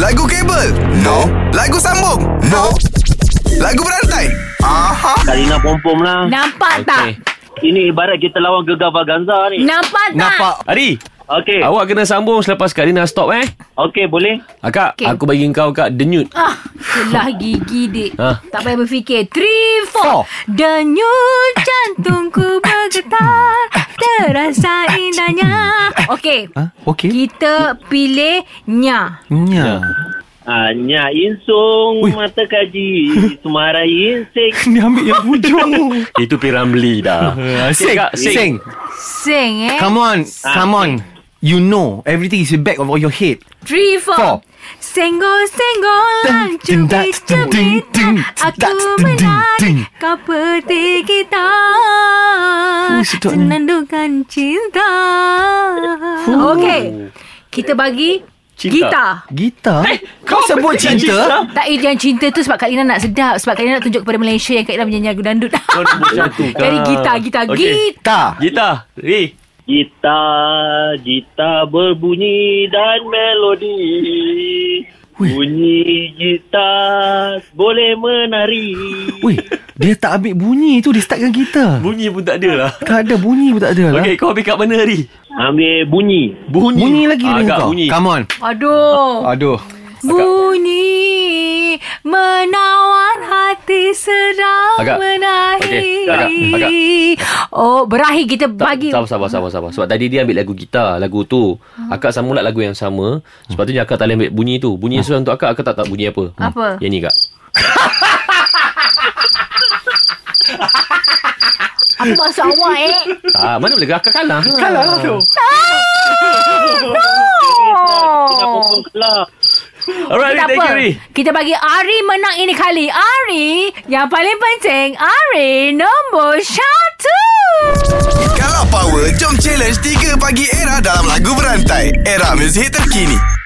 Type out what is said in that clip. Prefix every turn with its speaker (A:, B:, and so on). A: Lagu kabel? No. Lagu sambung? No. Lagu berantai? Aha.
B: Karina Pompom lah
C: Nampak okay. tak?
D: Okey.
B: Ini ibarat kita lawan Gegar Vaganza ni
C: Nampak tak?
D: Nampak. Ari,
B: Okey
D: awak kena sambung selepas Karina stop eh.
B: Okey boleh
D: Ah, Kak,
C: Okey.
D: okay. aku bagi kau Kak denyut.
C: Ah, itulah gigi dik.
D: Ah.
C: Tak payah berfikir. Three, four.
D: Four.
C: Denyut jantungku bergetar. Terasa indahnya. Okey.
E: Ha? Okey.
C: Kita pilih nya.
E: Nya.
D: Ya.
B: Hanya insung mata kaji Sumara insik
E: Ni ambil yang hujung. Eh,
D: Itu Piramli dah.
E: Sing,
D: Kak, sing.
E: sing.
C: Sing eh.
E: Come on,
B: Ah,
E: come on. You know, everything is in back of your head.
C: Three,
E: Four.
C: four. Senggol, senggol, lang
E: Ding, ding,
C: cubit,
E: ding,
C: cubit.
E: ding, ding,
C: Aku
E: ding, ding, ding.
C: menang, kau peti gitar.
E: Fuh, sedapnya.
C: Senandungkan cinta. Okey. Kita bagi
D: Cinta.
C: gitar.
E: Gitar? kau sebut cinta?
C: Tak, eh, yang cinta tu sebab Kak Lina nak sedap. Sebab Kak Lina nak tunjuk kepada Malaysia yang Kak Lina menyanyi lagu dandut.
D: Kau nak buat satu, Kak.
C: Dari gitar, gitar,
D: Okey.
C: gitar.
E: Gitar.
D: Gita, eh, Ri.
B: Gita Gita berbunyi dan melodi Bunyi gita Boleh menari
E: Weh, dia tak ambil bunyi tu, dia start dengan gitar.
D: Bunyi pun tak ada lah.
E: Tak ada bunyi pun tak ada lah.
D: Okey, kau ambil kat mana Ri?
B: Ambil bunyi
D: Bunyi.
E: Bunyi lagi
D: Ah,
E: dengan
D: Kak,
E: kau.
D: bunyi.
E: Come on.
C: Aduh.
E: Aduh.
C: Bunyi menawar hati sedang
D: Agak.
C: menahi.
D: Okey, agak, agak.
C: Oh, berakhir kita bagi.
D: Sabar, sabar, sabar, sabar. Sebab tadi dia ambil lagu gitar, lagu tu. Akak sambung lah lagu yang sama. Sepatutnya akak tak boleh ambil bunyi tu. Bunyi sesuai untuk akak, akak tak tak bunyi apa.
C: Apa?
D: Yang ni, Kak.
C: Apa maksud awak eh?
D: Ah, mana boleh akak kalah.
E: Kalah lah tu.
C: Oh.
B: Gita Pompom kalah
D: Alright, Ri,
C: Tak
D: thank
C: apa.
D: you, Ri.
C: Kita bagi Ari menang ini kali. Ari, yang paling penting, Ari nombor satu.
A: Kalau power, jom challenge 3 pagi era dalam lagu berantai. Era muzik terkini.